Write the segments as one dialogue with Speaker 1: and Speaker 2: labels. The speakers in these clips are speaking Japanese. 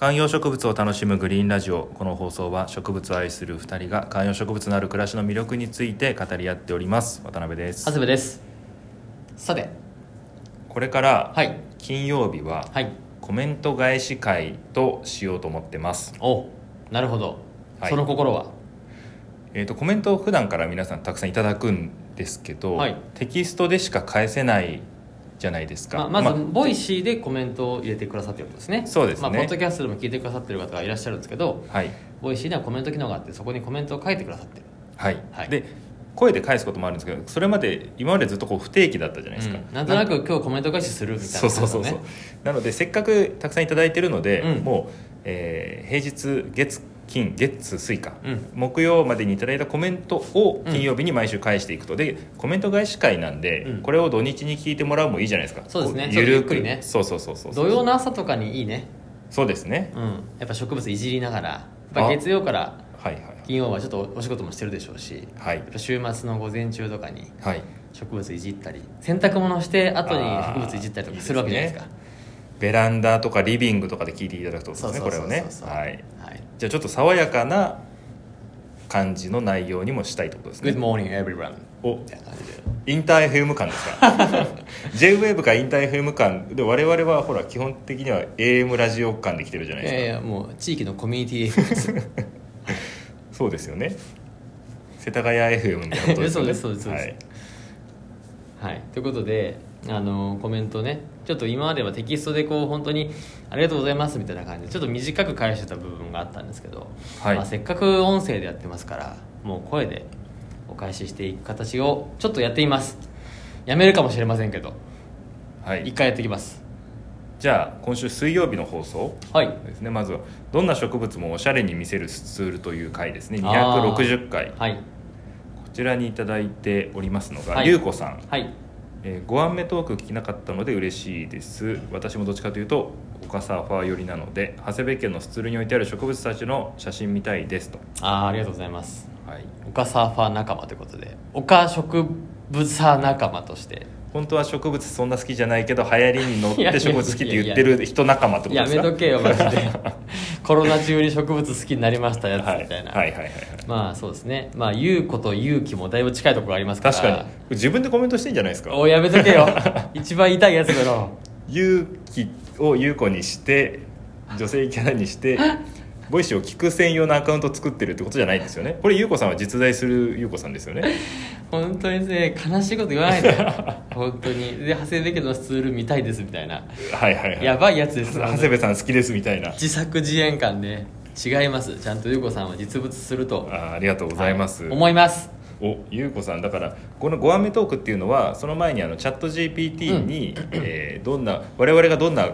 Speaker 1: 観葉植物を楽しむグリーンラジオこの放送は植物を愛する2人が観葉植物のある暮らしの魅力について語り合っております渡辺です
Speaker 2: 長谷部ですさて
Speaker 1: これから
Speaker 2: はい
Speaker 1: 金曜日は
Speaker 2: はい
Speaker 1: コメント返し会としようと思ってます
Speaker 2: おなるほど、
Speaker 1: はい
Speaker 2: その心は
Speaker 1: えー、とコメントを普段から皆さんたくさんいただくんですけど、
Speaker 2: はい
Speaker 1: テキストでしか返せないじゃないですか、
Speaker 2: ままず、ボイシーでコメントを入れてくださってることですね
Speaker 1: そうですね
Speaker 2: まあ、ポッドキャストでも聞いてくださってる方がいらっしゃるんですけど
Speaker 1: はい
Speaker 2: ボイシーにはコメント機能があってそこにコメントを書いてくださってる
Speaker 1: はい、
Speaker 2: はい
Speaker 1: で声で返すこともあるんですけどそれまで今までずっとこう不定期だったじゃないですか、
Speaker 2: うんなんとなく今日コメント返しするみたいな、
Speaker 1: そうそうそうそう、
Speaker 2: ね
Speaker 1: なのでせっかくたくさんいただいてるので、
Speaker 2: うん
Speaker 1: もう、えー平日月金月水か、
Speaker 2: うん
Speaker 1: 木曜までにいただいたコメントを
Speaker 2: うん
Speaker 1: 金曜日に毎週返していくと、でコメント返し会なんで、
Speaker 2: うん
Speaker 1: これを土日に聞いてもらうもいいじゃないですか
Speaker 2: そうですね
Speaker 1: こ
Speaker 2: ちょっとゆ
Speaker 1: ゆ
Speaker 2: っ
Speaker 1: る
Speaker 2: く
Speaker 1: く
Speaker 2: りね
Speaker 1: そうそうそうそう
Speaker 2: 土曜の朝とかにいいね
Speaker 1: そうですね
Speaker 2: うんやっぱ植物いじりながらやっぱ
Speaker 1: あ
Speaker 2: 月曜から
Speaker 1: はいはい
Speaker 2: 金曜はちょっとお仕事もしてるでしょうし
Speaker 1: はい
Speaker 2: やっぱ週末の午前中とかに
Speaker 1: はい
Speaker 2: 植物いじったり洗濯物して後に植物いじったりとかするわけじゃないですか
Speaker 1: ベランダとかリビングとかで聞いていただくとです
Speaker 2: そう
Speaker 1: ね
Speaker 2: そう
Speaker 1: これ
Speaker 2: そ
Speaker 1: を
Speaker 2: う
Speaker 1: ね
Speaker 2: そう
Speaker 1: はい
Speaker 2: はい
Speaker 1: じゃあちょっと爽やかな感じの内容にもしたいってことですね
Speaker 2: Good morning everyone
Speaker 1: お
Speaker 2: みたいな感じで
Speaker 1: インター FM 感です か J-WAVE かインター FM 感で我々はほら基本的には AM ラジオ感で来てるじゃない
Speaker 2: い
Speaker 1: です
Speaker 2: や
Speaker 1: か
Speaker 2: いやもう地域のコミュニティ FM です
Speaker 1: そうですよね世田谷 FM みたいなことですよね
Speaker 2: そうですそうですそうです
Speaker 1: はい
Speaker 2: はいということであのコメントねちょっと今まではテキストでこう本当にありがとうございますみたいな感じでちょっと短く返してた部分があったんですけど、
Speaker 1: はい
Speaker 2: まあ、せっかく音声でやってますからもう声でお返ししていく形をちょっとやってみますやめるかもしれませんけど
Speaker 1: はい
Speaker 2: 一回やってきます
Speaker 1: じゃあ今週水曜日の放送
Speaker 2: はい
Speaker 1: ですねまずは「どんな植物もおしゃれに見せるツール」という回ですね
Speaker 2: あー
Speaker 1: 260回こ
Speaker 2: はい
Speaker 1: ちらにいただいておりますのが
Speaker 2: はい
Speaker 1: りゅうこさん
Speaker 2: はい
Speaker 1: えーご案目トーク聞きなかったので嬉しいです私もどっちかというとオカサーファー寄りなので長谷部家のスツールに置いてある植物たちの写真みたいですと、
Speaker 2: あーありがとうございます
Speaker 1: はい、
Speaker 2: 丘サーファー仲間ということで丘植物サー仲間として
Speaker 1: 本当は植物そんな好きじゃないけど流行りに乗っ
Speaker 2: いやい
Speaker 1: て
Speaker 2: や
Speaker 1: 植物好きって言ってる人仲間ってこと
Speaker 2: や
Speaker 1: ですか
Speaker 2: めとけよマジ でコロナ中に植物好きになりましたやつ
Speaker 1: はい
Speaker 2: みたいな、
Speaker 1: はいはいはいはい
Speaker 2: まあそうですねまあ優子と勇気もだいぶ近いところがありますから
Speaker 1: 確かに自分でコメントしてんじゃないですか
Speaker 2: おやめと けよ一番痛いやつだろ
Speaker 1: 勇気を優子にして女性キャラにしてボイシーを聞く専用のアカウントを作ってるってことじゃないんですよねこれ優子さんは実在する優子さんですよね
Speaker 2: 本当にね悲しいこと言わないで本当にで長谷部家のスツール見たいですみたいな
Speaker 1: はいはいはい
Speaker 2: やばいやつで す
Speaker 1: 長谷部さん好きですみたいな
Speaker 2: 自作自演感で違いますちゃんと優子さんは実物すると
Speaker 1: あーありがとうございます、
Speaker 2: は思います
Speaker 1: おゆうこさんだからこの「ごあめトーク」っていうのはその前にあのチャット GPT に、えーどんな我々がどんな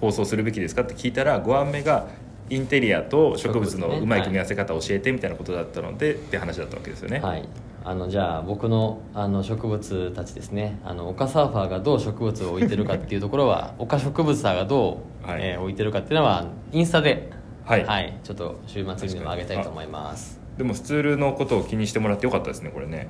Speaker 1: 放送するべきですかって聞いたらごあめがインテリアと植物
Speaker 2: 植物
Speaker 1: の
Speaker 2: ね
Speaker 1: うまい組み合わせ方を教えてみたいなことだったので、って話だったわけですよね、
Speaker 2: はいあのじゃあ僕のあの植物たちですねあの丘サーファーがどう植物を置いてるかっていうとこ ろは丘植物サーがどう、
Speaker 1: はい
Speaker 2: えー置いてるかっていうのはインスタで
Speaker 1: は
Speaker 2: はいちょっと週末にでも上げたいと思います
Speaker 1: でもスツールのことを気にしてもらってよかったですねこれね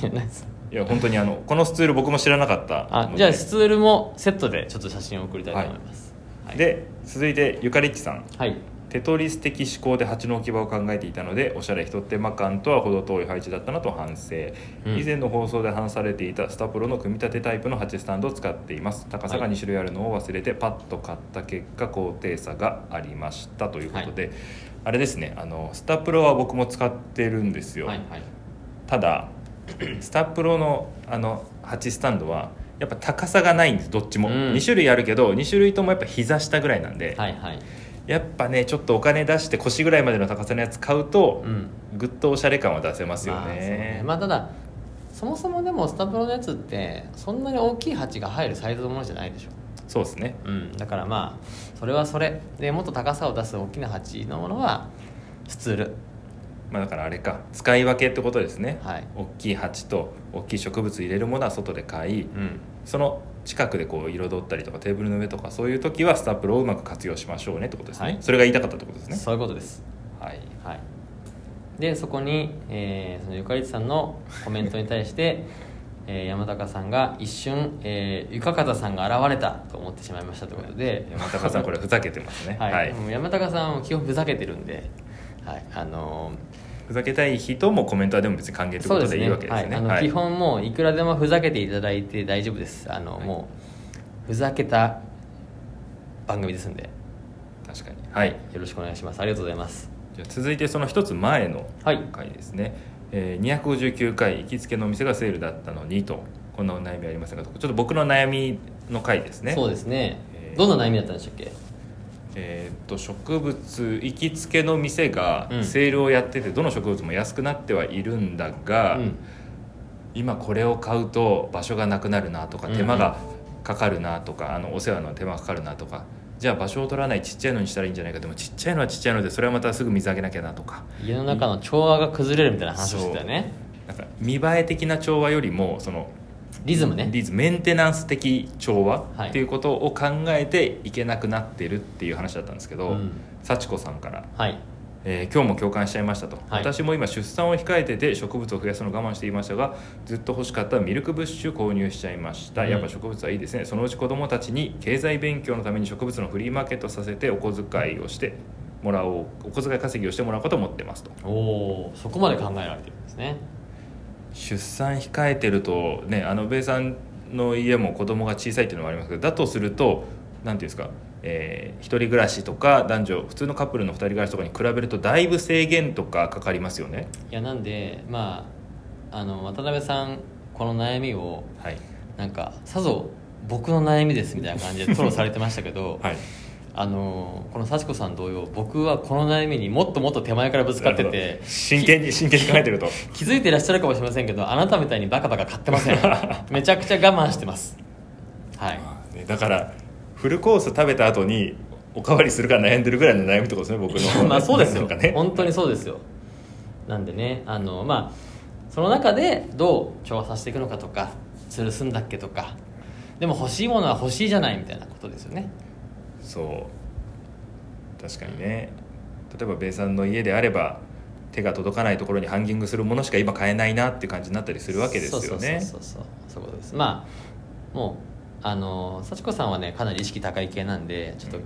Speaker 2: いやないです
Speaker 1: いや本当にあのこのスツール僕も知らなかった
Speaker 2: あ
Speaker 1: ので
Speaker 2: じゃあスツールもセットでちょっと写真を送りたいと思いますはい、
Speaker 1: で続いてゆかりっちさん
Speaker 2: はい
Speaker 1: テトリス的思考で鉢の置き場を考えていたのでおしゃれ一手間感とは程遠い配置だったなと反省、
Speaker 2: うん
Speaker 1: 以前の放送で話されていたスタプロの組み立てタイプの鉢スタンドを使っています高さが
Speaker 2: はい
Speaker 1: 2種類あるのを忘れてパッと買った結果高低差がありましたということで、あれですねあのスタプロは僕も使ってるんですよ、
Speaker 2: はいはい
Speaker 1: た だスタプロのあの鉢スタンドはやっぱ高さがないんですどっちも、
Speaker 2: うん
Speaker 1: 2種類あるけど2種類ともやっぱ膝下ぐらいなんで、
Speaker 2: はいはい
Speaker 1: やっぱねちょっとお金出して腰ぐらいまでの高さのやつ買うと、
Speaker 2: うん
Speaker 1: ぐっとおしゃれ感は出せますよ
Speaker 2: まあそう
Speaker 1: ね,、
Speaker 2: まあただそもそもでもスタプロのやつってそんなに大きい鉢が入るサイズのものじゃないでしょ
Speaker 1: そうですね
Speaker 2: うん、だからまあそれはそれでもっと高さを出す大きな鉢のものはスツール
Speaker 1: まあだからあれか使い分けってことですね、
Speaker 2: はい
Speaker 1: 大きい鉢と大きい植物入れるものは外で買い、
Speaker 2: うん
Speaker 1: その近くでこう彩ったりとかテーブルの上とかそういう時はスタップルをうまく活用しましょうねってことですね、
Speaker 2: はい
Speaker 1: それが言いたかったってことですね
Speaker 2: そういうことです
Speaker 1: はい
Speaker 2: はいでそこに、えーそのゆかりつさんのコメントに対して えー山高さんが一瞬、えー、床方さんが現れたと思ってしまいましたということで、
Speaker 1: 山高さんこれふざけてますね
Speaker 2: はい
Speaker 1: はい
Speaker 2: もう山高さんは基本ふざけてるんで、はいあの
Speaker 1: ふざけたい人もコメントはでも別に歓迎
Speaker 2: ー
Speaker 1: ということでいいわけです
Speaker 2: はい
Speaker 1: ね
Speaker 2: あの
Speaker 1: はい
Speaker 2: 基本もういくらでもふざけていただいて大丈夫ですあの、
Speaker 1: はい
Speaker 2: もうふざけた番組ですんで、
Speaker 1: 確かにはい
Speaker 2: よろしくお願いしますありがとうございます
Speaker 1: じゃあ続いてその一つ前の
Speaker 2: はい
Speaker 1: 回ですね、えー259回行きつけのお店がセールだったのにとこんなお悩みありませんかとちょっと僕の悩みの回ですね
Speaker 2: そうですね、
Speaker 1: えー
Speaker 2: どんな悩みだったんでしたっけ
Speaker 1: えーっと植物行きつけの店が
Speaker 2: うん
Speaker 1: セールをやっててどの植物も安くなってはいるんだが、
Speaker 2: うん
Speaker 1: 今これを買うと場所がなくなるなとか
Speaker 2: うんうん
Speaker 1: 手間がかかるなとか、あのお世話の手間がかかるなとかじゃあ場所を取らないちっちゃいのにしたらいいんじゃないかでもちっちゃいのはちっちゃいのでそれはまたすぐ水あげなきゃなとか
Speaker 2: 家の中の調和が崩れるみたいな話をしてたよね
Speaker 1: なんか見栄え的な調和よりもその
Speaker 2: リズムね
Speaker 1: リズムメンテナンス的調和
Speaker 2: はい
Speaker 1: っていうことを考えていけなくなってるっていう話だったんですけど、
Speaker 2: うん
Speaker 1: 幸子さんから
Speaker 2: はい
Speaker 1: えー今日も共感しちゃいましたと、
Speaker 2: はい
Speaker 1: 私も今出産を控えてて植物を増やすのを我慢していましたがずっと欲しかったミルクブッシュ購入しちゃいました、
Speaker 2: うん
Speaker 1: やっぱ植物はいいですねそのうち子供たちに経済勉強のために植物のフリーマーケットさせてお小遣いをしてもらおうお小遣い稼ぎをしてもらおうかと思ってますと
Speaker 2: おおそこまで考えられてるんですね
Speaker 1: 出産控えてるとねあのべさんの家も子供が小さいっていうのもありますけどだとすると何ていうんですか、えー一人暮らしとか男女普通のカップルの二人暮らしとかに比べるとだいぶ制限とかかかりますよね
Speaker 2: いやなんでまああの渡辺さんこの悩みを
Speaker 1: はい
Speaker 2: なんかさぞ僕の悩みですみたいな感じで吐露されてましたけ ど、
Speaker 1: はい
Speaker 2: あのこの幸子さん同様僕はこの悩みにもっともっと手前からぶつかって
Speaker 1: なる
Speaker 2: て
Speaker 1: ほど真剣に真剣に考えてると
Speaker 2: 気づいていらっしゃるかもしれませんけどあなたみたいにバカバカ買ってま せんめちゃくちゃ我慢してますはい
Speaker 1: ねだからフルコース食べた後におかわりするか悩んでるぐらいの悩みってことですね僕
Speaker 2: い
Speaker 1: の
Speaker 2: や まあそうです
Speaker 1: な
Speaker 2: よ、
Speaker 1: んかね
Speaker 2: 本当にそうですよなんでねあのまあその中でどう調和させていくのかとか吊るすんだっけとかでも欲しいものは欲しいじゃないみたいなことですよね
Speaker 1: そう確かにね例えば米さんの家であれば手が届かないところにハンギングするものしか今買えないなっていう感じになったりするわけですよね
Speaker 2: そうそうそうそうそういうことですまあもうあの幸子さんはねかなり意識高い系なんでちょっと
Speaker 1: うん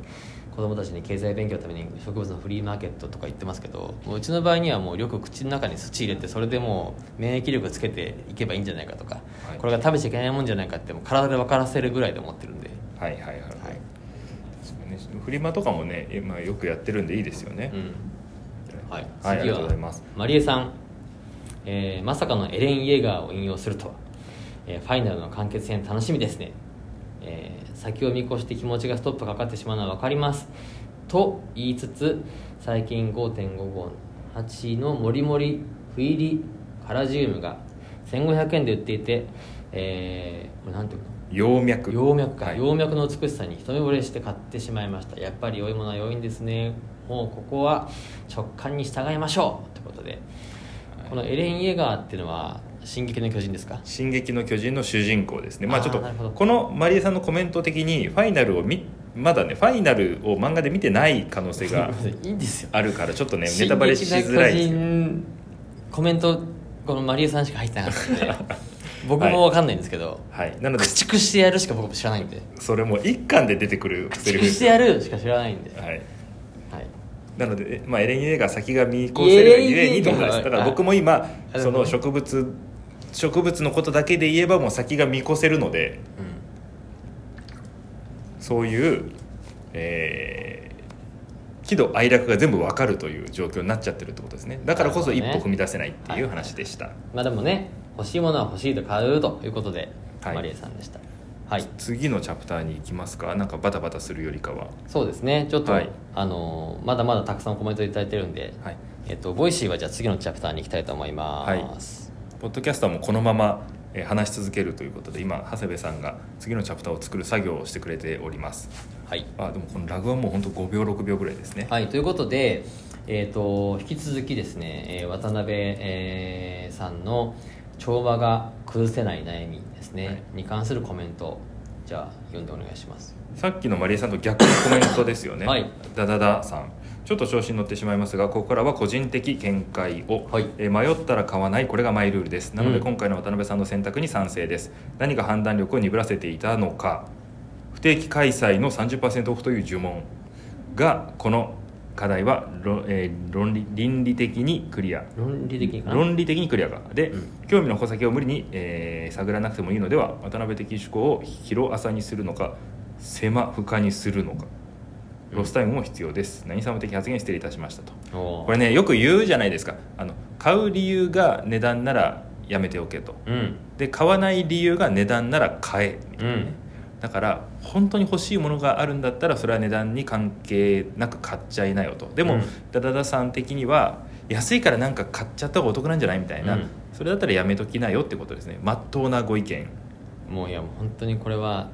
Speaker 2: 子供たちに経済勉強のために植物のフリーマーケットとか言ってますけどもううちの場合にはもうよく口の中に土入れてそれでもう免疫力つけていけばいいんじゃないかとか、
Speaker 1: はい
Speaker 2: これが食べちゃいけないもんじゃないかってもう体で分からせるぐらいで思ってるんで
Speaker 1: はいはいはい、はい確かにね、フリマとかもね今よくやってるんでいいですよね
Speaker 2: う、んはい、
Speaker 1: はいあり
Speaker 2: 次
Speaker 1: がとうございま
Speaker 2: は
Speaker 1: す
Speaker 2: マリエさん、えーまさかのエレン・イエガーを引用するとは、えーファイナルの完結編楽しみですね、えー先を見越して気持ちがストップかかってしまうのは分かりますと言いつつ最近5.558のモリモリ不入りカラジウムが1500円で売っていて、えーこれなんていうの
Speaker 1: 葉脈
Speaker 2: 葉脈か、
Speaker 1: はい
Speaker 2: 葉脈の美しさに一目惚れして買ってしまいましたやっぱり良いものは良いんですねもうここは直感に従いましょうということで、このエレン・イエガーっていうのは「進撃の巨人」ですか
Speaker 1: 進撃の巨人の主人公ですね。まあ
Speaker 2: あー
Speaker 1: ちょっと
Speaker 2: なるほど
Speaker 1: このマリエさんのコメント的にファイナルを見まだねファイナルを漫画で見てない可能性 が
Speaker 2: いいんですよ
Speaker 1: あるからちょっとねネタバレしづらいです
Speaker 2: 進
Speaker 1: け
Speaker 2: 撃
Speaker 1: ど。
Speaker 2: の巨人コメントこのマリエさんしか入ってなかったんで 僕も分かんないんですけど、
Speaker 1: はい。なので
Speaker 2: 駆逐してやるしか僕も知らないんで
Speaker 1: それも一巻で出てくるセリ
Speaker 2: 駆
Speaker 1: フ
Speaker 2: 逐
Speaker 1: で
Speaker 2: し
Speaker 1: す
Speaker 2: てやるし か知らないんで、
Speaker 1: はい。
Speaker 2: はい、
Speaker 1: なのでえまあエレン・イエガー先が見越せるがゆえにということです。
Speaker 2: イエレンイエガー
Speaker 1: だから僕も今
Speaker 2: い
Speaker 1: その植物植物のことだけで言えばもう先が見越せるのでそういう。えー喜怒哀楽が全部わかるという状況になっちゃってるってことですねだからこそ一
Speaker 2: なる
Speaker 1: 歩踏
Speaker 2: ほどね
Speaker 1: み出せないっていう話でした、
Speaker 2: まあでもね欲しいものは欲しいと買うということで、
Speaker 1: はい
Speaker 2: マリエさんでしたはい
Speaker 1: 次のチャプターに行きますかなんかバタバタするよりかは
Speaker 2: そうですねちょっと、
Speaker 1: はい
Speaker 2: あのーまだまだたくさんコメントいただいてるんで、
Speaker 1: はい
Speaker 2: えっとボイシーはじゃあ次のチャプターに行きたいと思います、
Speaker 1: ポッドキャスターもこのままえー話し続けるということで今長谷部さんが次のチャプターを作る作業をしてくれております
Speaker 2: はい
Speaker 1: あでもこのラグはもうほんと5秒6秒ぐらいですね
Speaker 2: はい、ということで、えー、と引き続きですね、えー渡辺、えーさんの調和が崩せない悩みですね、
Speaker 1: はい
Speaker 2: に関するコメントじゃあ読んでお願いします
Speaker 1: さっきのマリエさんと逆のコメントですよね
Speaker 2: はい
Speaker 1: ダダダさんちょっと調子に乗ってしまいますがここからは個人的見解を、
Speaker 2: はい
Speaker 1: えー迷ったら買わないこれがマイルールですなの
Speaker 2: う
Speaker 1: で
Speaker 2: ん
Speaker 1: 今回の渡辺さんの選択に賛成です、何が判断力を鈍らせていたのか不定期開催の30%オフという呪文がこの課題はろ、えー論理倫理的にクリア
Speaker 2: 論理的にかな
Speaker 1: 論理的にクリアかで、
Speaker 2: うん
Speaker 1: 興味の穂先を無理に、えー探らなくてもいいのでは渡辺的思考を広浅にするのか狭深にするのかロスタイムも必要です、何様的発言失礼いたしましたと
Speaker 2: おー
Speaker 1: これねよく言うじゃないですかあの買う理由が値段ならやめておけと
Speaker 2: うん
Speaker 1: で買わない理由が値段なら買えみたいなね、だから本当に欲しいものがあるんだったらそれは値段に関係なく買っちゃいなよとでも、
Speaker 2: うん
Speaker 1: ダダダさん的には安いからなんか買っちゃった方がお得なんじゃないみたいな、
Speaker 2: うん
Speaker 1: それだったらやめときなよってことですねまっとうなご意見
Speaker 2: もういやもう本当にこれは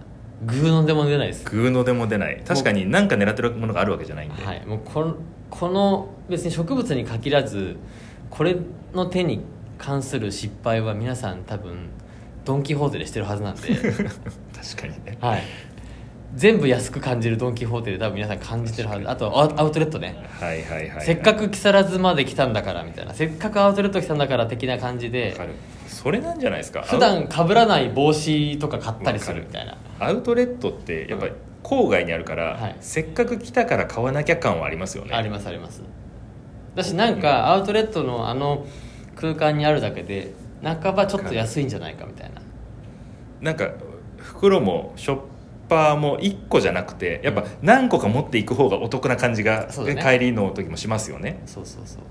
Speaker 2: グーのでも出ないです
Speaker 1: グーのでも出ない確かに何か狙ってるものがあるわけじゃないんで、
Speaker 2: はいもうこのこの別に植物に限らずこれの手に関する失敗は皆さん多分ドン・キホーテでしてるはずなん で、
Speaker 1: 確かにね
Speaker 2: はい、全部安く感じるドン・キホーテで多分皆さん感じてるはずあとアウアウトレットね、
Speaker 1: はいはいはいはい、
Speaker 2: せっかく木更津まで来たんだからみたいなせっかくアウトレット来たんだから的な感じ
Speaker 1: わか
Speaker 2: で
Speaker 1: るそれなんじゃないですか
Speaker 2: 普段かぶらない帽子とか買ったりするみたいな
Speaker 1: アウトレットってやっぱり郊外にあるから、
Speaker 2: はい
Speaker 1: せっかく来たから買わなきゃ感はありますよね
Speaker 2: ありますありますだしなんかアウトレットのあの空間にあるだけで半ばちょっと安いんじゃないかみたいな
Speaker 1: なんか袋もショッパーも1個じゃなくてやっぱ何個か持っていく方がお得な感じが、
Speaker 2: そうだね
Speaker 1: 帰りの時もしますよね
Speaker 2: そうそうそう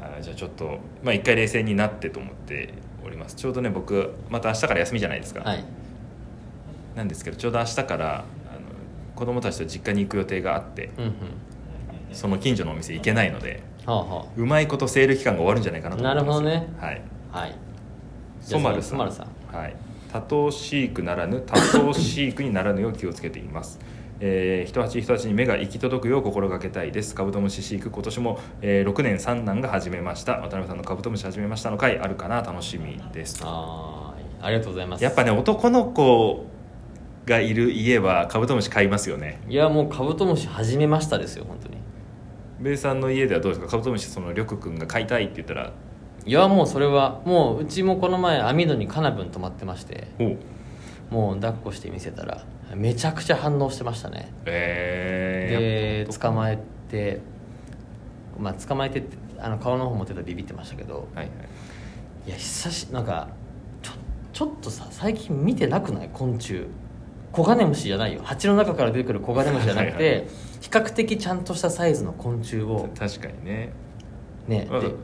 Speaker 1: あーじゃあちょっと、まあ、一回冷静になってと思っておりますちょうどね僕また明日から休みじゃないですか、
Speaker 2: はい
Speaker 1: なんですけどちょうど明日からあの子供たちと実家に行く予定があって
Speaker 2: うんうん
Speaker 1: その近所のお店行けないので
Speaker 2: はあは
Speaker 1: うまいことセール期間が終わるんじゃないかなと思ってます
Speaker 2: なるほどね
Speaker 1: はい
Speaker 2: あはいじゃ
Speaker 1: ソ
Speaker 2: あ
Speaker 1: マルさん
Speaker 2: ソマルさん
Speaker 1: はい、多頭飼育ならぬ多頭飼育にならぬよう気をつけています、えー、人鉢人鉢に目が行き届くよう心がけたいですカブトムシ飼育今年も、えー、6年三男が始めました渡辺さんのカブトムシ始めましたの回あるかな楽しみですと
Speaker 2: あーありがとうございます
Speaker 1: やっぱね男の子がいる家はカブトムシ買いますよね
Speaker 2: いやもうカブトムシ始めましたですよ本当に
Speaker 1: ベイさんの家ではどうですかカブトムシそのりょくくんが飼いたいって言ったら
Speaker 2: いやもうそれはもううちもこの前網戸にカナブン泊まってまして
Speaker 1: おう
Speaker 2: もう抱っこして見せたらめちゃくちゃ反応してましたね
Speaker 1: え
Speaker 2: で
Speaker 1: ー、
Speaker 2: 捕まえてまあ捕まえてってあの顔の方も手でビビってましたけど
Speaker 1: はいはい
Speaker 2: いや久しなんかちょちょっとさ最近見てなくない昆虫コガネムシじゃないよ鉢の中から出てくるコガネムシじゃなくて
Speaker 1: はいは
Speaker 2: 比較的ちゃんとしたサイズの昆虫を
Speaker 1: 確かにね
Speaker 2: ね
Speaker 1: まだ
Speaker 2: で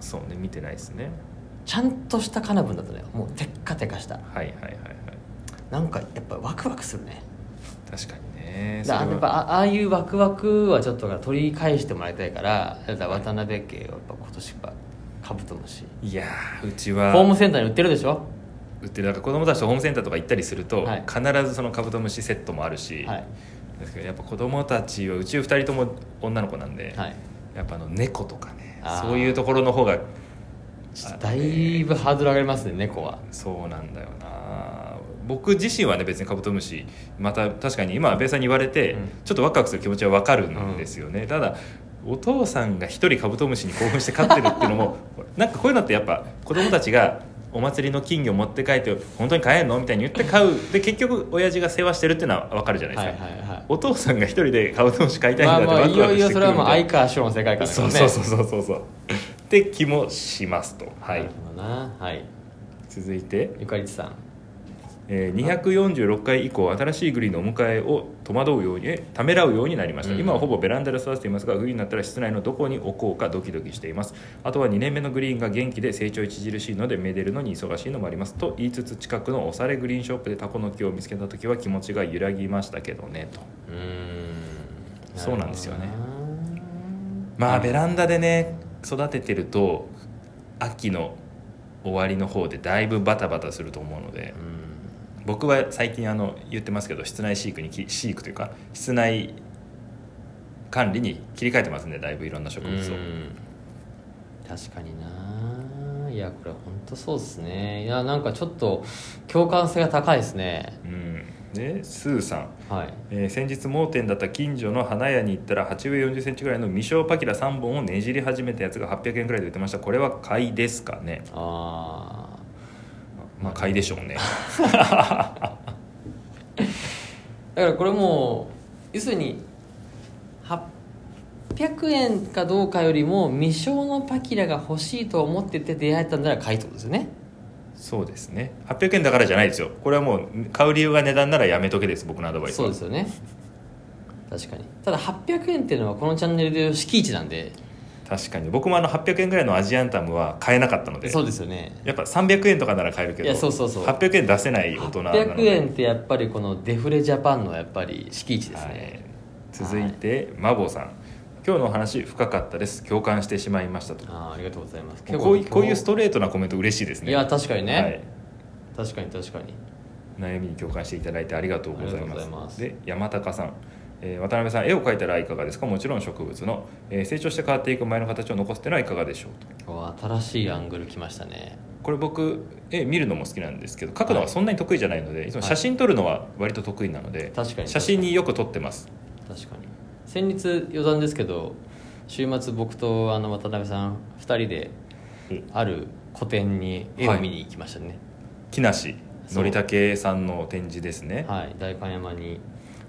Speaker 1: そうね見てないですね
Speaker 2: ちゃんとしたカナブンだったのよもうテッカテカした
Speaker 1: はいはいはいはい
Speaker 2: なんかやっぱワクワクするね
Speaker 1: 確かにね
Speaker 2: だからやっぱ
Speaker 1: は
Speaker 2: あああいうワクワクはちょっと取り返してもらいたいからだから渡辺家をやっぱ今年はカブトムシ
Speaker 1: いやーうち
Speaker 2: ホーム
Speaker 1: は
Speaker 2: センターに売ってるでしょ
Speaker 1: 売ってるだから子供たちとホームセンターとか行ったりすると、
Speaker 2: はい
Speaker 1: 必ずそのカブトムシセットもあるし、
Speaker 2: はい
Speaker 1: ですけどやっぱ子供たちはうち2人とも女の子なんで、
Speaker 2: はい
Speaker 1: やっぱあの猫とかね
Speaker 2: あー
Speaker 1: そういうところの方が
Speaker 2: ちょっとだいぶハードル上がりますね猫は
Speaker 1: そうなんだよな僕自身はね別にカブトムシまた確かに今ベイさんに言われて、
Speaker 2: うん
Speaker 1: ちょっとワクワクする気持ちはわかるんですよね、ただお父さんが一人カブトムシに興奮して飼ってるっていうのもなんかこういうのってやっぱ子供たちがお祭りの金魚持って帰って本当に買えんのみたいに言って買うで結局親父が世話してるっていうのはわかるじゃないですか、
Speaker 2: はいはいはい
Speaker 1: お父さんが一人でカブトムシ飼いたいん
Speaker 2: ま
Speaker 1: だってワ
Speaker 2: あまあ
Speaker 1: ク
Speaker 2: い
Speaker 1: ワ
Speaker 2: よ
Speaker 1: ク
Speaker 2: い
Speaker 1: し
Speaker 2: よ
Speaker 1: てく
Speaker 2: そ
Speaker 1: る
Speaker 2: れは
Speaker 1: み
Speaker 2: もう
Speaker 1: たい
Speaker 2: 相
Speaker 1: な
Speaker 2: 川翔の世界観です
Speaker 1: そ
Speaker 2: よ
Speaker 1: う
Speaker 2: ね
Speaker 1: そうそうそうそうそうって気もしますとは
Speaker 2: ないるほどなはい
Speaker 1: 続いて
Speaker 2: ゆかりちさん
Speaker 1: えー、246回以降新しいグリーンのお迎えを戸惑うようにえためらうようになりました、
Speaker 2: うん
Speaker 1: 今はほぼベランダで育てていますがグリーンになったら室内のどこに置こうかドキドキしていますあとは2年目のグリーンが元気で成長著しいのでめでるのに忙しいのもありますと言いつつ近くのおされグリーンショップでタコの木を見つけた時は気持ちが揺らぎましたけどねと
Speaker 2: うーん
Speaker 1: そうなんですよね
Speaker 2: なるほどな
Speaker 1: まあベランダでね育ててると秋の終わりの方でだいぶバタバタすると思うので
Speaker 2: う、ん
Speaker 1: 僕は最近あの言ってますけど室内飼育にき飼育というか室内管理に切り替えてますんでだいぶいろんな植物を
Speaker 2: うん確かにないやこれ本当そうですねいやなんかちょっと共感性が高いですね
Speaker 1: うんでスーさん
Speaker 2: はい
Speaker 1: えー先日盲点だった近所の花屋に行ったら鉢植え4 0ンチぐらいの未生パキラ3本をねじり始めたやつが800円ぐらいで売ってましたこれは買いですかね
Speaker 2: ああ
Speaker 1: まあ買いでしょうね
Speaker 2: だからこれもう要するに800円かどうかよりも未償のパキラが欲しいと思ってて出会えたんなら買いってことですよね
Speaker 1: そうですね800円だからじゃないですよこれはもう買う理由が値段ならやめとけです僕のアドバイス
Speaker 2: そうですよね確かにただ800円っていうのはこのチャンネルでいう敷地なんで
Speaker 1: 確かに僕もあの800円ぐらいのアジアンタムは買えなかったので
Speaker 2: そうですよね
Speaker 1: やっぱ300円とかなら買えるけど
Speaker 2: いやそうそうそう
Speaker 1: 800円出せない大人なので
Speaker 2: 800円ってやっぱりこのデフレジャパンのやっぱり敷地です
Speaker 1: はい
Speaker 2: ね、
Speaker 1: 続いてマボさん今日のお話深かったです共感してしまいましたと
Speaker 2: あーありがとうございます
Speaker 1: こういうこういうス
Speaker 2: リ
Speaker 1: トレートなコメント嬉しいですね
Speaker 2: いや確かにね、確かに確かに
Speaker 1: はい、悩みに共感していただいてありがとうござい
Speaker 2: ありがとう
Speaker 1: ま
Speaker 2: ござ
Speaker 1: す
Speaker 2: いま
Speaker 1: で
Speaker 2: す
Speaker 1: 山高さん、えー渡辺さん絵を描いたらいかがですかもちろん植物の、えー成長して変わっていく前の形を残すっていうのはいかがでしょうと
Speaker 2: お新しいアングル来ましたね
Speaker 1: これ僕絵見るのも好きなんですけど描くのはそんなに得意じゃないので、い、つも写真撮るのは割と得意なので、
Speaker 2: 確かに
Speaker 1: 写真によく撮ってます
Speaker 2: 確かに先日余談ですけど週末僕とあの渡辺さん2人である個展に絵を見に行きましたね
Speaker 1: 木梨
Speaker 2: そう
Speaker 1: 憲武さんの展示ですね、
Speaker 2: はい、代官山に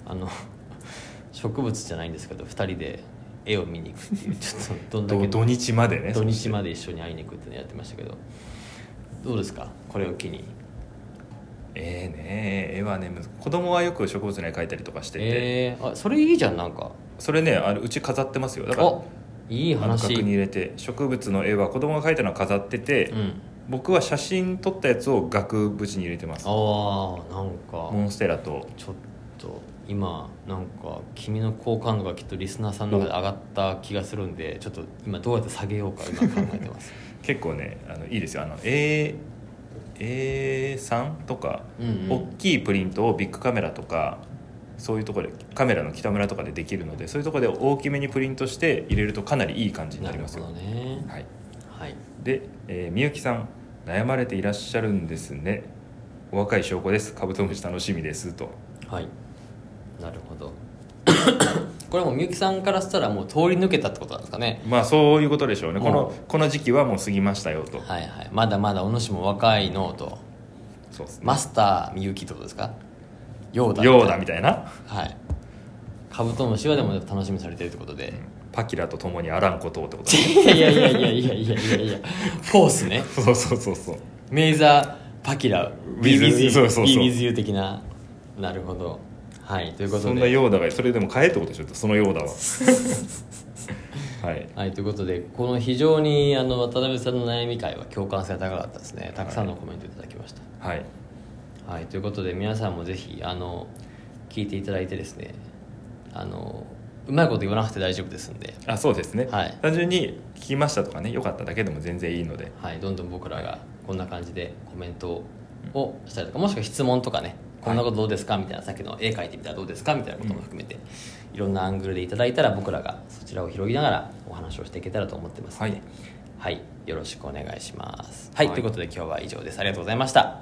Speaker 2: あの 植物じゃないんですけど2人で絵を見に行く っていうちょっとどんだ
Speaker 1: ど
Speaker 2: け
Speaker 1: 土日までね
Speaker 2: 土日ま
Speaker 1: で
Speaker 2: で一緒に会いに行くっていうのやってましたけどどうですかこれを機に
Speaker 1: ええね絵はねむず子供はよく植物の絵描いたりとかしてて、
Speaker 2: えー、あそれいいじゃんなんか
Speaker 1: それねあのうち飾ってますよだから
Speaker 2: あいい
Speaker 1: あの
Speaker 2: 話
Speaker 1: 額に入れて植物の絵は子供が描いたのは飾ってて、
Speaker 2: うん
Speaker 1: 僕は写真撮ったやつを額縁に入れてます
Speaker 2: ああなんか
Speaker 1: モンステラと
Speaker 2: ちょっと今なんか君の好感度がきっとリスナーさんの中で上がった気がするんでちょっと今どうやって下げようか今考えてます
Speaker 1: 結構ねあのいいですよあの A A3 とか、
Speaker 2: うんうん
Speaker 1: 大きいプリントをビッグカメラとかそういうところでカメラの北村とかでできるのでそういうところで大きめにプリントして入れるとかなりいい感じにな
Speaker 2: な
Speaker 1: り
Speaker 2: る
Speaker 1: ます
Speaker 2: ほ
Speaker 1: よ
Speaker 2: ど、ね
Speaker 1: はい、
Speaker 2: はい
Speaker 1: で、えーみゆきさん悩まれていらっしゃるんですねお若い証拠ですカブトムシ楽しみですと
Speaker 2: はいなるほど これはもうみゆきさんからしたらもう通り抜けたってことなんですかね
Speaker 1: まあそういうことでしょうね、
Speaker 2: うん
Speaker 1: このこの時期はもう過ぎましたよと、
Speaker 2: はいはいまだまだお主も若いのうと
Speaker 1: そうですね
Speaker 2: マスターみゆきってことですかようだ
Speaker 1: ヨーダみたいな、
Speaker 2: はいカブトムシはでも楽しみにされてるってことで、
Speaker 1: パキラと共にあらんことをってこと
Speaker 2: いやいやいやいやいやいやいやいやフォースね
Speaker 1: そうそうそうそう
Speaker 2: メイザーパキラ b
Speaker 1: With-
Speaker 2: w
Speaker 1: そうそうそう
Speaker 2: z u 的ななるほどはいということ
Speaker 1: そんな
Speaker 2: で
Speaker 1: ヨーダがそれでも買えってことでしょそのヨー ダははい
Speaker 2: はいということでこの非常にあの渡辺さんの悩み会は共感性が高かったですねたくさんのコメントいただきまし
Speaker 1: はい
Speaker 2: たはいということで皆さんもぜひあの聞いていただいてですねあのうまいこと言わなくて大丈夫ですんで
Speaker 1: あそうですね、
Speaker 2: はい
Speaker 1: 単純に聞きましたとかねよかっただけでも全然いいので
Speaker 2: はい、どんどん僕らがこんな感じでコメントをしたりとかもしくは質問とかねこんなことどうですかみたいなさっきの絵描いてみたらどうですかみたいなことも含めていろんなアングルでいただいたら僕らがそちらを広げながらお話をしていけたらと思ってますので、
Speaker 1: はい
Speaker 2: はいよろしくお願いします。はい、
Speaker 1: はい
Speaker 2: ということで今日は以上ですありがとうございました。